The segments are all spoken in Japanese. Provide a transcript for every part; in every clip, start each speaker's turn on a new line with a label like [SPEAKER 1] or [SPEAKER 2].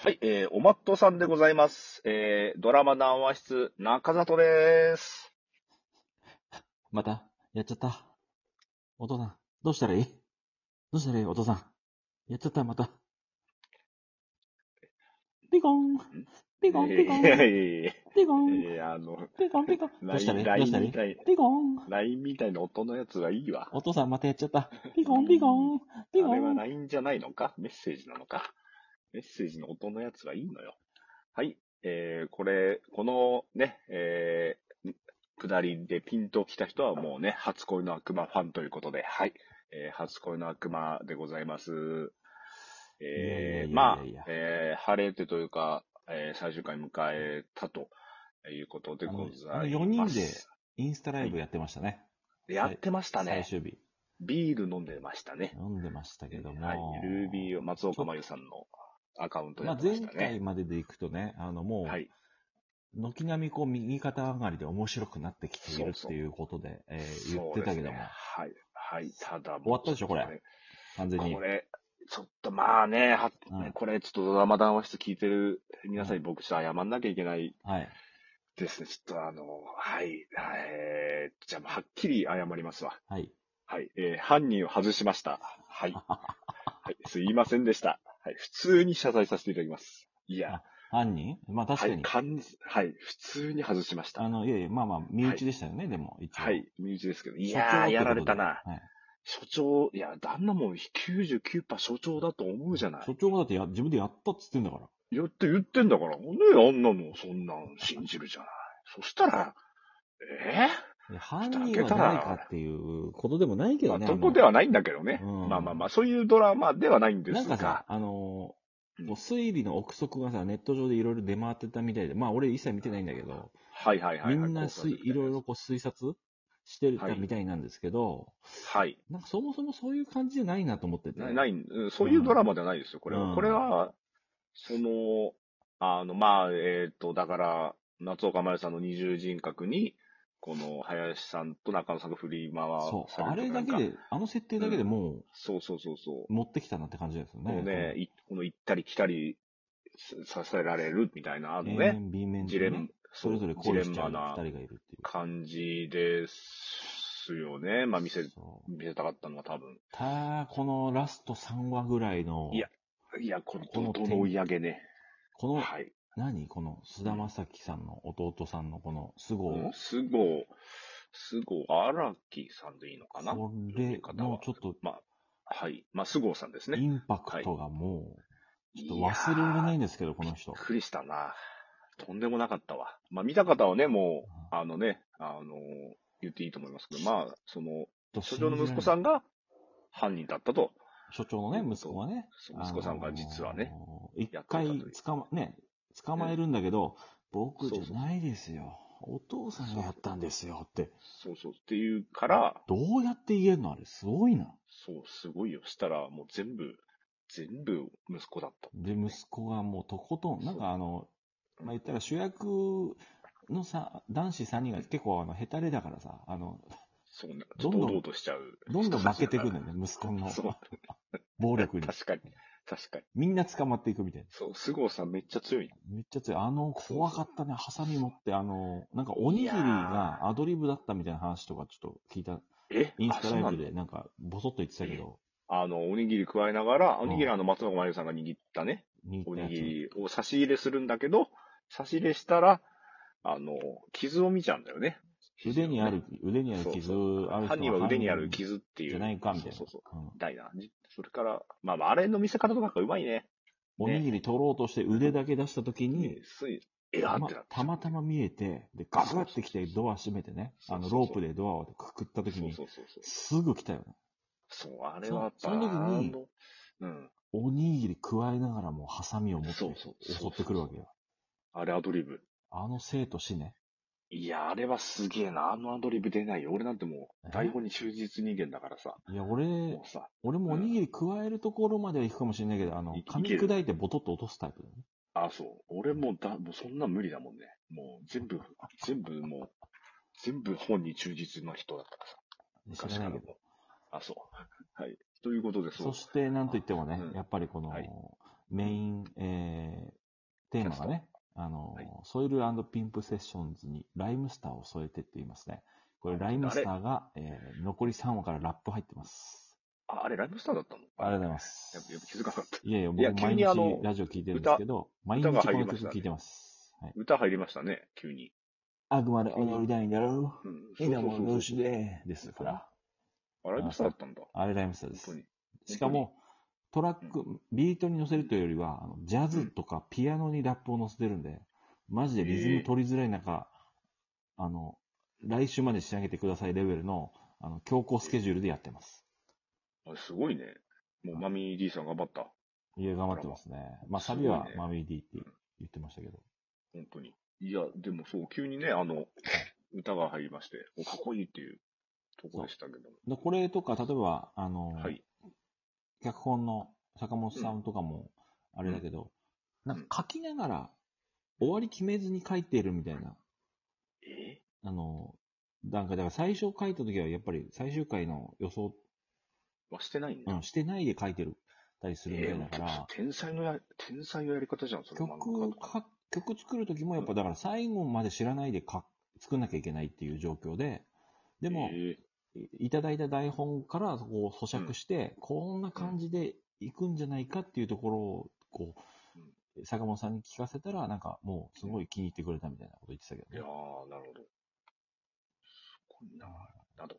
[SPEAKER 1] はい、えー、おまっとさんでございます。えー、ドラマ談話室、中里です。
[SPEAKER 2] また、やっちゃった。お父さん、どうしたらいいどうしたらいいお父さん。やっちゃった、また。ピコンピコンピコン
[SPEAKER 1] いやいやいやい
[SPEAKER 2] ピコン
[SPEAKER 1] やいや、あの、
[SPEAKER 2] ピコン ピコンどうしたらいい
[SPEAKER 1] LINE
[SPEAKER 2] どうしたらい
[SPEAKER 1] み
[SPEAKER 2] い
[SPEAKER 1] たい、
[SPEAKER 2] ピコン
[SPEAKER 1] LINE みたいな音のやつがいいわ。
[SPEAKER 2] お父さんまたやっちゃった。ピコンピコンピ
[SPEAKER 1] あ
[SPEAKER 2] コ
[SPEAKER 1] れは
[SPEAKER 2] ン
[SPEAKER 1] LINE じゃないのかメッセージなのかメッセージの音のやつがいいのよ。はい。えー、これ、このね、えー、下りでピンと来た人はもうね、初恋の悪魔ファンということで、はい。えー、初恋の悪魔でございます。えー、
[SPEAKER 2] いや
[SPEAKER 1] まあ
[SPEAKER 2] いやいやいや、
[SPEAKER 1] えー、晴れてというか、えー、最終回迎えたということでございます。
[SPEAKER 2] あのあの四人でインスタライブやってましたね。
[SPEAKER 1] やってました
[SPEAKER 2] 最
[SPEAKER 1] ね。
[SPEAKER 2] 終日。
[SPEAKER 1] ビール飲んでましたね。
[SPEAKER 2] 飲んでましたけども。
[SPEAKER 1] はい、ルービーを松岡真由さんのアカウントで
[SPEAKER 2] ま
[SPEAKER 1] やっ
[SPEAKER 2] あ
[SPEAKER 1] てま
[SPEAKER 2] 前
[SPEAKER 1] した
[SPEAKER 2] 回
[SPEAKER 1] ね。
[SPEAKER 2] まででいくとね、あのもう、
[SPEAKER 1] はい、
[SPEAKER 2] 軒並みこう右肩上がりで面白くなってきているっていうことで、えー言ってたけ
[SPEAKER 1] そうで
[SPEAKER 2] ど
[SPEAKER 1] す
[SPEAKER 2] も
[SPEAKER 1] ね、はい、はい、ただもう
[SPEAKER 2] 終わったでしょこれ完全に
[SPEAKER 1] こ。れ、ちょっとまあね、は
[SPEAKER 2] うん
[SPEAKER 1] これちょっとドラマ談話室聞いてる皆さんに僕ちょっと謝んなきゃいけない
[SPEAKER 2] はい。
[SPEAKER 1] ですね。ちょっとあの、はい、えー、じゃあもうはっきり謝りますわ。
[SPEAKER 2] はい。
[SPEAKER 1] はい、えー、犯人を外しました。はい。はい、すいませんでした。はい、普通に謝罪させていただきます。いや、
[SPEAKER 2] 犯人まあ確
[SPEAKER 1] は
[SPEAKER 2] か
[SPEAKER 1] い、
[SPEAKER 2] に。
[SPEAKER 1] 完はい、普通に外しました
[SPEAKER 2] あ。の、いやいや、まあまあ、身内でしたよね、でも、一応。
[SPEAKER 1] はい、身内ですけど。い
[SPEAKER 2] 所長ってことで。
[SPEAKER 1] やー、やられたな。
[SPEAKER 2] はい。
[SPEAKER 1] 所長、いや、旦那もん99%所長だと思うじゃない
[SPEAKER 2] 所。長もだってや自分でやったっつってんだから。
[SPEAKER 1] やって言ってんだから、ねあんなの、そんなん信じるじゃない。そしたら、え
[SPEAKER 2] いや犯人は誰かっていうことでもないけ
[SPEAKER 1] ーま
[SPEAKER 2] ど
[SPEAKER 1] あ、
[SPEAKER 2] ね。
[SPEAKER 1] そ
[SPEAKER 2] あの
[SPEAKER 1] こではないんだけどね。
[SPEAKER 2] うん
[SPEAKER 1] まあまあまあ、そういうドラマではないんで
[SPEAKER 2] な
[SPEAKER 1] す
[SPEAKER 2] んかさ
[SPEAKER 1] が、、
[SPEAKER 2] あの
[SPEAKER 1] う
[SPEAKER 2] ー
[SPEAKER 1] ん
[SPEAKER 2] もう推理の憶測がさ、ネット上でいろいろ出回ってたみたいで、まあ俺一切見てないんだけど、
[SPEAKER 1] はいはいは
[SPEAKER 2] み
[SPEAKER 1] い、はい。
[SPEAKER 2] んな
[SPEAKER 1] 考察
[SPEAKER 2] 推いろいろ。こう推察して
[SPEAKER 1] は
[SPEAKER 2] た
[SPEAKER 1] い
[SPEAKER 2] みたいなんですけど、
[SPEAKER 1] はい。
[SPEAKER 2] なんかそもそもそういう感じじゃないなと思ってて。
[SPEAKER 1] なない、うんそういうドラマではないですよ、これは。
[SPEAKER 2] うん
[SPEAKER 1] これは、その、あの、まあ、えっ、と、だから、夏岡真由さんの二重人格に、この、林さんと中野さんが振り回
[SPEAKER 2] そう。
[SPEAKER 1] さ
[SPEAKER 2] あ
[SPEAKER 1] れる
[SPEAKER 2] れ
[SPEAKER 1] とい
[SPEAKER 2] だ
[SPEAKER 1] う
[SPEAKER 2] け
[SPEAKER 1] か
[SPEAKER 2] で、あの設定だけでも、
[SPEAKER 1] そうそうそうそう
[SPEAKER 2] 持ってきたなって感じですよ
[SPEAKER 1] う。
[SPEAKER 2] ね。
[SPEAKER 1] もうね、いこの行ったり来たりささせられるみたいな、あ
[SPEAKER 2] この
[SPEAKER 1] のね、
[SPEAKER 2] A 面、B 面
[SPEAKER 1] ジレン
[SPEAKER 2] ね、それぞれ
[SPEAKER 1] ジレ
[SPEAKER 2] 恋し
[SPEAKER 1] ン
[SPEAKER 2] ちゃ
[SPEAKER 1] マ
[SPEAKER 2] う二
[SPEAKER 1] な
[SPEAKER 2] 人がいるっていう。
[SPEAKER 1] 感じですよね。まあ、見せ、
[SPEAKER 2] そう
[SPEAKER 1] 見せたかったのは多分。
[SPEAKER 2] ただ、このラスト3話ぐらいの、
[SPEAKER 1] いやいや、この、
[SPEAKER 2] この
[SPEAKER 1] どの追い上げね。
[SPEAKER 2] この、
[SPEAKER 1] はい。
[SPEAKER 2] 何この、菅田将暉さんの弟さんのこの、菅生、
[SPEAKER 1] うんすご、すご、荒木さんでいいのかな
[SPEAKER 2] これのちょっと、
[SPEAKER 1] まあ、はい。まあ、すごさんです
[SPEAKER 2] イ
[SPEAKER 1] ね。
[SPEAKER 2] ンパクトがもう、ちょっと忘れられない
[SPEAKER 1] い
[SPEAKER 2] んですけど、この人
[SPEAKER 1] やーびっ。くりしたな。とんでもなかったわ。まあ、見た方はね、もう、あのね、あのー言っていいと思いますけど、まあ、その、所長の息子さ
[SPEAKER 2] ん。
[SPEAKER 1] んが犯人だったと、
[SPEAKER 2] 所長のね、息子はね。
[SPEAKER 1] その息子さんが実はね
[SPEAKER 2] あ、のー。一
[SPEAKER 1] やってたとい
[SPEAKER 2] 回
[SPEAKER 1] う
[SPEAKER 2] 捕ま、ね、捕まえるんだけど、僕
[SPEAKER 1] そう
[SPEAKER 2] じ
[SPEAKER 1] そう
[SPEAKER 2] ゃないですよ。お父さんがやったんですよって。
[SPEAKER 1] そうそうっていうから、
[SPEAKER 2] どうやって言えるのあれ、すごいな。
[SPEAKER 1] そう、すごいよ。したら、もう全部、全部息子だった。
[SPEAKER 2] で、息子がもうとことん、なんかあの、まあ、言ったら主役のさ、男子3人が結構あの、ヘタレだからさ、あの、
[SPEAKER 1] そうな、ちょ
[SPEAKER 2] ど
[SPEAKER 1] っ
[SPEAKER 2] ん
[SPEAKER 1] と
[SPEAKER 2] どん
[SPEAKER 1] 堂々としちゃう。
[SPEAKER 2] どんどん負けていくんだよね、息子の
[SPEAKER 1] そう。
[SPEAKER 2] 暴力に。
[SPEAKER 1] 確かに。確かに。
[SPEAKER 2] みんな捕まっていくみたいな。
[SPEAKER 1] そう、菅生さんめっちゃ強い。
[SPEAKER 2] めっちゃ強い。あの、怖かったね。ハサミ持って、あの、なんかおにぎり
[SPEAKER 1] いや
[SPEAKER 2] がアドリブだったみたいな話とかちょっと聞いた。
[SPEAKER 1] え
[SPEAKER 2] インスタラ
[SPEAKER 1] あそう
[SPEAKER 2] イブ
[SPEAKER 1] なんだ
[SPEAKER 2] でなんかボソッと言ってたけど、
[SPEAKER 1] あの、おにぎり加えながら、お
[SPEAKER 2] ん
[SPEAKER 1] にぎりあの、松岡真由さんが握ったね、
[SPEAKER 2] 握
[SPEAKER 1] お
[SPEAKER 2] った
[SPEAKER 1] に
[SPEAKER 2] や
[SPEAKER 1] ぎ
[SPEAKER 2] つ。
[SPEAKER 1] りを差し入れするんだけど、差し入れしたら、あの、傷を見ちゃうんだよね。
[SPEAKER 2] 腕にある、腕にある傷、ある人
[SPEAKER 1] 犯人は腕にある傷っていう。
[SPEAKER 2] じゃないかみたいな。
[SPEAKER 1] そうそうそう。
[SPEAKER 2] うん
[SPEAKER 1] みたいな。それから、まあまあ、あれの見せ方とかうまいね。
[SPEAKER 2] おにぎり取ろうとして腕だけ出した時に、
[SPEAKER 1] すい、えらー
[SPEAKER 2] たま
[SPEAKER 1] ってなって
[SPEAKER 2] たまたま見えて、で、ガブってきてドア閉めてね、あ
[SPEAKER 1] そ
[SPEAKER 2] の、
[SPEAKER 1] うそう
[SPEAKER 2] ロ
[SPEAKER 1] そう
[SPEAKER 2] ープでドアをくくった時
[SPEAKER 1] そう
[SPEAKER 2] に、
[SPEAKER 1] そうそうそう。
[SPEAKER 2] すぐ来たよね。
[SPEAKER 1] そう、あれはやっぱ、
[SPEAKER 2] そその時に
[SPEAKER 1] あのうん。
[SPEAKER 2] おにぎり加えながらもうハサミを持って
[SPEAKER 1] そ
[SPEAKER 2] 襲
[SPEAKER 1] うそう
[SPEAKER 2] ってくるわけよ。
[SPEAKER 1] あれアドリブ。
[SPEAKER 2] あの生と死ね。
[SPEAKER 1] いや、あれはすげえな。あのアドリブ出ないよ。俺なんてもう、
[SPEAKER 2] え
[SPEAKER 1] 台本に忠実人間だからさ。
[SPEAKER 2] いや、俺
[SPEAKER 1] も、うさ、
[SPEAKER 2] 俺もおにぎり加えるところまでは行くかもしれないけど、あの
[SPEAKER 1] い、
[SPEAKER 2] 噛み
[SPEAKER 1] いける
[SPEAKER 2] 砕いてボトッと落とすタイプだよね。
[SPEAKER 1] あ、そう。俺もうだ、もうそんな無理だもんね。もう全部、全部もう、全部本に忠実な人だからさ。
[SPEAKER 2] 知らないけど。
[SPEAKER 1] ど。あ、そう。はい。 ということで、そう
[SPEAKER 2] そして、なんといってもね
[SPEAKER 1] う、ん
[SPEAKER 2] やっぱりこの
[SPEAKER 1] はい、
[SPEAKER 2] メイン、えー、テーマがね、あの、
[SPEAKER 1] はい
[SPEAKER 2] ソイルピンプセッションズにライムスターを添えてって言いますね。これ、
[SPEAKER 1] あ
[SPEAKER 2] ライムスターが、えー、残り3話からラップ入ってます。
[SPEAKER 1] あ、あれ、ライムスターだったの
[SPEAKER 2] ありがとうございま
[SPEAKER 1] やっぱやっぱ
[SPEAKER 2] す。
[SPEAKER 1] 気づかなかった。
[SPEAKER 2] いやいや、
[SPEAKER 1] いや
[SPEAKER 2] 僕
[SPEAKER 1] 急
[SPEAKER 2] 毎
[SPEAKER 1] に
[SPEAKER 2] 日
[SPEAKER 1] あの
[SPEAKER 2] ラジオ聞いてるんですけど、毎日こ
[SPEAKER 1] 歌が
[SPEAKER 2] の
[SPEAKER 1] 入りま
[SPEAKER 2] 曲
[SPEAKER 1] したね
[SPEAKER 2] 聞いてます。はい。
[SPEAKER 1] 歌入りましたね、急に。
[SPEAKER 2] あくまで踊りたいんだろ
[SPEAKER 1] うん。
[SPEAKER 2] う。みんなもよろし
[SPEAKER 1] で。
[SPEAKER 2] で、ですから。
[SPEAKER 1] あ、ライムスターだったんだ。
[SPEAKER 2] あれライムスターで
[SPEAKER 1] 本当
[SPEAKER 2] す
[SPEAKER 1] に。。
[SPEAKER 2] しかも、トラック、ビートに乗せるというよりは、あのジャズとかピアノにラップを乗せてるんで、マジでリズム取りづらい中、あの、来週まで仕上げてくださいレベルの、あの、強行スケジュールでやってます。
[SPEAKER 1] あれ、すごいね。もう、マミー D さん頑張った。
[SPEAKER 2] いや、頑張ってますね。まあ、サビは
[SPEAKER 1] すごいね
[SPEAKER 2] マミーディって言ってましたけど。
[SPEAKER 1] 本当に。いや、でもそう、急にね、あの、歌が入りまして、おかっこいいっていうとこでしたけども。
[SPEAKER 2] でこれとか、例えば、あの、
[SPEAKER 1] はい。
[SPEAKER 2] 脚本の坂本さんとかも、あれだけど、
[SPEAKER 1] ん
[SPEAKER 2] なんか書きながら、終わり決めずに書いているみたいな
[SPEAKER 1] え
[SPEAKER 2] あの、なんか、だから最初書いた時はやっぱり最終回の予想、
[SPEAKER 1] はしてないん
[SPEAKER 2] う
[SPEAKER 1] だ。
[SPEAKER 2] ん、してないで書いてる、たりするみた
[SPEAKER 1] え
[SPEAKER 2] いだから、
[SPEAKER 1] 天才のや、天才のやり方じゃん、それ漫画
[SPEAKER 2] 曲
[SPEAKER 1] 家とか
[SPEAKER 2] か、曲作る時もやっぱだから最後まで知らないでか作んなきゃいけないっていう状況で、でも、
[SPEAKER 1] え
[SPEAKER 2] いいただいた台本からそこを咀嚼して、こんな感じでいくんじゃないかっていうところを、こ
[SPEAKER 1] う
[SPEAKER 2] う、坂本さんに聞かせたら、なんかもうすごい気に入ってくれたみたいなこと言ってたけ
[SPEAKER 1] いや
[SPEAKER 2] ど、ね、
[SPEAKER 1] ー、なるほど。すごいなあと、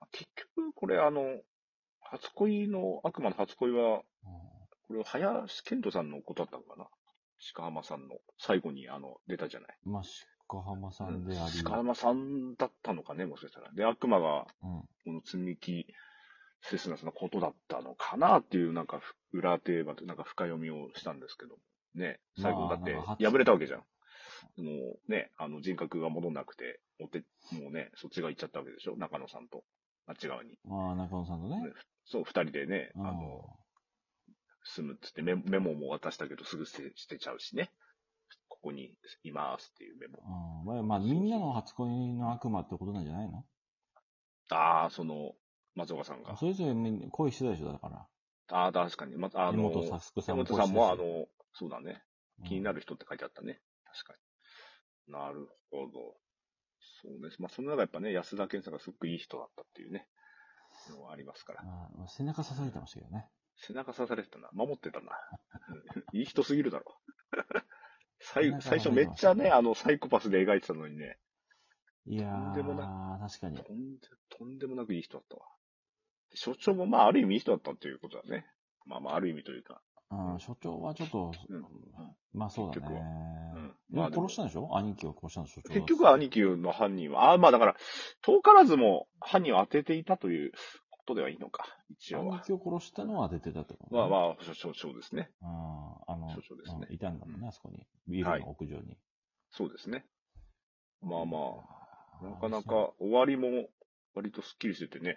[SPEAKER 1] まあ結局、これ、あの、初恋の、悪魔の初恋は、
[SPEAKER 2] う
[SPEAKER 1] これ、林健人さんのことだったのかな鹿浜さんの、最後に、あの、出たじゃない。
[SPEAKER 2] んまあ、鹿浜さんであり、
[SPEAKER 1] 鹿浜さんだったのかね、もしかしたら。で、悪魔が、
[SPEAKER 2] うん
[SPEAKER 1] この積み木、セスナスのことだったのかなっていう、なんかふ、裏テーマとなんか深読みをしたんですけど、ね、最後だって
[SPEAKER 2] まあなんか、
[SPEAKER 1] 破れたわけじゃん。もうね、あの人格が戻んなくて、おて、もうね、そっちが行っちゃったわけでしょ中野さんと、あっち側に。
[SPEAKER 2] ああ、中野さんとね
[SPEAKER 1] ね。そう、二人でね、あ
[SPEAKER 2] うん
[SPEAKER 1] の、住むっつってメメモも渡したけど、すぐ捨て捨てちゃうしね。ここにいますっていうメモ。
[SPEAKER 2] うんまあ、まあ、みんなの初恋の悪魔ってことなんじゃないの
[SPEAKER 1] ああ、その、松岡さんが。
[SPEAKER 2] それぞれみ恋してたでしょ、だから。
[SPEAKER 1] ああ、確かに。また、あ
[SPEAKER 2] 江
[SPEAKER 1] の、
[SPEAKER 2] 本さすくさん
[SPEAKER 1] 山本
[SPEAKER 2] も
[SPEAKER 1] さ
[SPEAKER 2] 恋し
[SPEAKER 1] ん
[SPEAKER 2] てた
[SPEAKER 1] も、あの、そうだね。気にな
[SPEAKER 2] る。
[SPEAKER 1] る人って書いてあったね。確かに。なるほど。そうです。まあ、その中やっぱね、安田健さんがすごくいい人だったっていうね、のはありますから
[SPEAKER 2] うん。まあ背中刺されてましたけどね。
[SPEAKER 1] 背中刺されてたな。守ってたな。うんいい人すぎるだろ。最後最初めっちゃね、あの、サイコパスで描いてたのにね、
[SPEAKER 2] いや
[SPEAKER 1] とんでも
[SPEAKER 2] ー、確かに。
[SPEAKER 1] とんで、とんでもなくいい人だったわ。で所長もまあ、ある意味いい人だったっていうことだね。まあまあ、ある意味というか。
[SPEAKER 2] うん、所長はちょっと、
[SPEAKER 1] うん
[SPEAKER 2] まあそうだ
[SPEAKER 1] 結局
[SPEAKER 2] ね
[SPEAKER 1] は。うん
[SPEAKER 2] で
[SPEAKER 1] まあ
[SPEAKER 2] も
[SPEAKER 1] でも
[SPEAKER 2] 殺したんでしょ兄貴を殺したの所長だ
[SPEAKER 1] 結局兄貴
[SPEAKER 2] 貴。
[SPEAKER 1] の犯人は、あまあだから、遠からずも犯人を当てていたということではいいのか、一応
[SPEAKER 2] 兄
[SPEAKER 1] は。
[SPEAKER 2] 貴を殺したのは出てたってことね
[SPEAKER 1] まあまあ、所長ですね。
[SPEAKER 2] うんあの
[SPEAKER 1] 所長ですね
[SPEAKER 2] うんいたんだもん
[SPEAKER 1] う
[SPEAKER 2] ね、あそこに。ビールの屋上に。
[SPEAKER 1] そうですね。まあまあ、
[SPEAKER 2] いやー
[SPEAKER 1] なかなか終わりも割とスッキリしててね、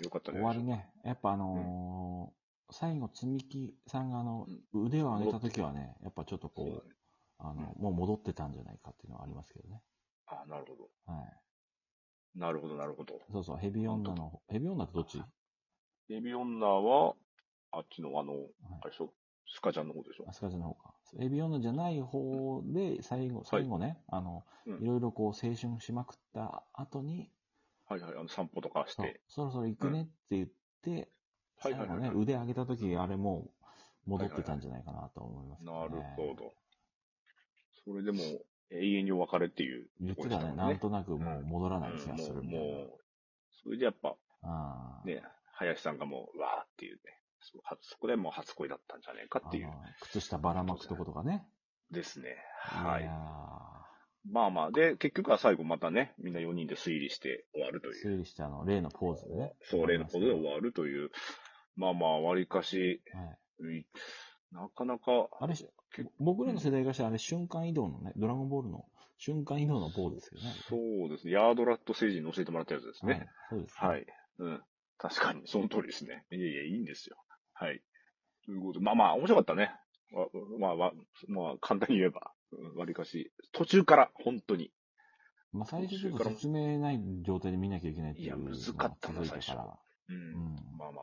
[SPEAKER 1] よかったね。
[SPEAKER 2] 終わりね。やっぱあのー最後、積み木さんがあの、腕を上げた時はね、やっぱちょっと
[SPEAKER 1] そう
[SPEAKER 2] こ
[SPEAKER 1] だ
[SPEAKER 2] う
[SPEAKER 1] ね、
[SPEAKER 2] あの、
[SPEAKER 1] う
[SPEAKER 2] もう戻ってたんじゃないかっていうのはありますけどね。
[SPEAKER 1] あなるほど。
[SPEAKER 2] はい。
[SPEAKER 1] なるほど、なるほど。
[SPEAKER 2] そうそう、ヘビ女の、ヘビ女ってどっち
[SPEAKER 1] エビ女は、あっちのあの、あれでしょスカちゃんの方でしょ
[SPEAKER 2] アスカジャの方か。ヘビ女じゃない方で、最後、最後ね、あの、
[SPEAKER 1] うん
[SPEAKER 2] いろいろこう青春しまくった後に、
[SPEAKER 1] はいはい、あの散歩とかし
[SPEAKER 2] そう
[SPEAKER 1] て。
[SPEAKER 2] そろそろ行くねって言って、
[SPEAKER 1] はい
[SPEAKER 2] 最
[SPEAKER 1] はい
[SPEAKER 2] 後
[SPEAKER 1] はい。
[SPEAKER 2] ね
[SPEAKER 1] な、る
[SPEAKER 2] 腕上げた時、あれもう戻ってたんじゃないかなと思いますけどね。
[SPEAKER 1] ほど。それでも、永遠にお別れっていう
[SPEAKER 2] 言
[SPEAKER 1] とこ
[SPEAKER 2] って
[SPEAKER 1] ろでしたた
[SPEAKER 2] ね
[SPEAKER 1] も、ん
[SPEAKER 2] なんとなくもう戻らない気
[SPEAKER 1] うん
[SPEAKER 2] がするみた
[SPEAKER 1] も、
[SPEAKER 2] いうな。
[SPEAKER 1] もう、それでやっぱ、
[SPEAKER 2] あー
[SPEAKER 1] ね、林さんがもう、わーっていうね、そう初そこでもう初恋だったんじゃねえかってい
[SPEAKER 2] あ
[SPEAKER 1] う
[SPEAKER 2] の靴下ばらまくとことかね。
[SPEAKER 1] ですね。はい
[SPEAKER 2] や
[SPEAKER 1] い。まあまあ、で、結局は最後またね、みんな4人で推理して終わるという。
[SPEAKER 2] ー推理してあの、例のポーズでね。
[SPEAKER 1] そう、例のことで終
[SPEAKER 2] はい、
[SPEAKER 1] わるという。まあまあ、わりかし、いなかなか、
[SPEAKER 2] あれし、僕らの世代がしてあれ瞬間移動のね、ドラゴンボールの瞬間移動のポーズですよね。
[SPEAKER 1] そうですね、ヤードラット星人に教えてもらったやつです
[SPEAKER 2] は
[SPEAKER 1] ね
[SPEAKER 2] い。。そうです、
[SPEAKER 1] はい。。うん。確かに、その通りですね。いやいや、いいんですよ。はい。ということで、まあまあ、面白かったね。わまあ、わまあ、簡単に言えば、わりかし、途中から、本当に。
[SPEAKER 2] まあ最初ちょっと説明ない状態で見なきゃいけないっていうのが
[SPEAKER 1] いや難かったな
[SPEAKER 2] 続いてか
[SPEAKER 1] 最
[SPEAKER 2] ら
[SPEAKER 1] 初うん。
[SPEAKER 2] うん。
[SPEAKER 1] まあまあまあ、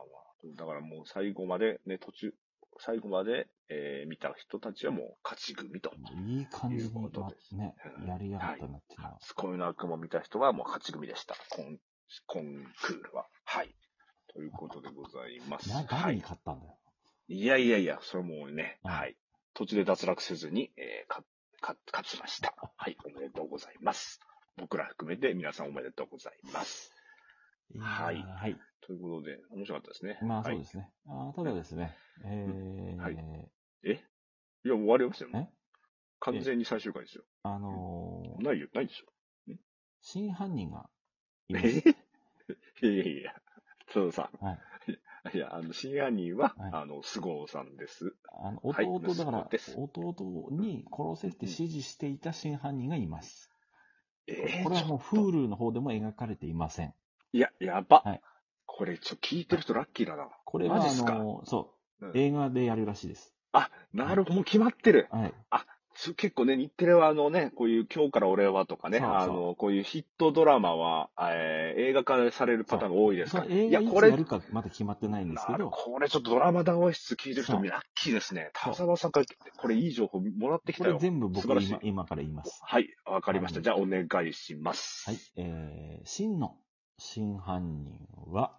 [SPEAKER 1] だからもう最後まで、ね、途中、最後まで、えー見た人たちはもう勝ち組と。
[SPEAKER 2] いい感じ
[SPEAKER 1] いうこ
[SPEAKER 2] に、
[SPEAKER 1] と
[SPEAKER 2] ま
[SPEAKER 1] です
[SPEAKER 2] ね
[SPEAKER 1] う、ん
[SPEAKER 2] やりやがったなっていうのは。
[SPEAKER 1] すこいの悪夢を見た人はもう勝ち組でした。コン、コンクールは。はい。ということでございます。
[SPEAKER 2] な、
[SPEAKER 1] は
[SPEAKER 2] 誰に
[SPEAKER 1] い。
[SPEAKER 2] 勝ったんだよ。
[SPEAKER 1] いやいやいや、それもうね、
[SPEAKER 2] うん
[SPEAKER 1] はい。途中で脱落せずに、えーか、か、勝ちました。はい。おめでとうございます。僕ら含めて皆さんおめでとうございます。
[SPEAKER 2] いやー
[SPEAKER 1] はい
[SPEAKER 2] はい。
[SPEAKER 1] ということで、面白かったですね。
[SPEAKER 2] まあそう
[SPEAKER 1] は
[SPEAKER 2] で
[SPEAKER 1] い、
[SPEAKER 2] すね。あーただですね、えー
[SPEAKER 1] はいいや、もう終わりましたよね
[SPEAKER 2] え。
[SPEAKER 1] 完全に最終回ですよ。
[SPEAKER 2] あのー
[SPEAKER 1] ないよ、ないでしょ。
[SPEAKER 2] 真犯人がいま
[SPEAKER 1] え
[SPEAKER 2] す。
[SPEAKER 1] いやいやいや、そうさ、
[SPEAKER 2] はい
[SPEAKER 1] いや、あの、真犯人は、
[SPEAKER 2] はい
[SPEAKER 1] あの、菅生さんです。
[SPEAKER 2] あの
[SPEAKER 1] はい
[SPEAKER 2] 弟、だから
[SPEAKER 1] 息子です、
[SPEAKER 2] 弟に殺せって指示していた真犯人がいます。
[SPEAKER 1] え
[SPEAKER 2] これはもう
[SPEAKER 1] ちょっと
[SPEAKER 2] Hulu の方でも描かれていません。
[SPEAKER 1] いや、やば。
[SPEAKER 2] はい
[SPEAKER 1] これ、ちょ、聞いてる人ラッキーだな。
[SPEAKER 2] これは
[SPEAKER 1] マジ
[SPEAKER 2] あ
[SPEAKER 1] っすか
[SPEAKER 2] のー、そう
[SPEAKER 1] う、ん
[SPEAKER 2] 映画でやるらしいです。
[SPEAKER 1] あ、なるほど、もう決まってる。
[SPEAKER 2] はい。
[SPEAKER 1] そう結構ね、日テレはあのね、こういう今日から俺はとかね、
[SPEAKER 2] そうそう
[SPEAKER 1] あの、こういうヒットドラマは、えー映画化されるパターンが多いです
[SPEAKER 2] そ
[SPEAKER 1] か
[SPEAKER 2] の
[SPEAKER 1] ら。
[SPEAKER 2] 映
[SPEAKER 1] い
[SPEAKER 2] 画
[SPEAKER 1] や、こ
[SPEAKER 2] いつや
[SPEAKER 1] れ
[SPEAKER 2] る、かまだ決まってないんですけ
[SPEAKER 1] なる
[SPEAKER 2] ど、
[SPEAKER 1] これちょっとドラマ談話室聞いてる人、
[SPEAKER 2] そう
[SPEAKER 1] ラッキーですね。
[SPEAKER 2] そう
[SPEAKER 1] 田沢さんから、これいい情報もらってき
[SPEAKER 2] こ
[SPEAKER 1] た
[SPEAKER 2] れ
[SPEAKER 1] よ。
[SPEAKER 2] 全部
[SPEAKER 1] 素晴ら
[SPEAKER 2] 僕
[SPEAKER 1] しい
[SPEAKER 2] 今今から言います。
[SPEAKER 1] はい、わかりまし
[SPEAKER 2] は
[SPEAKER 1] た。
[SPEAKER 2] い
[SPEAKER 1] じゃあ、お願いします。
[SPEAKER 2] はい。えー、真の真犯人は、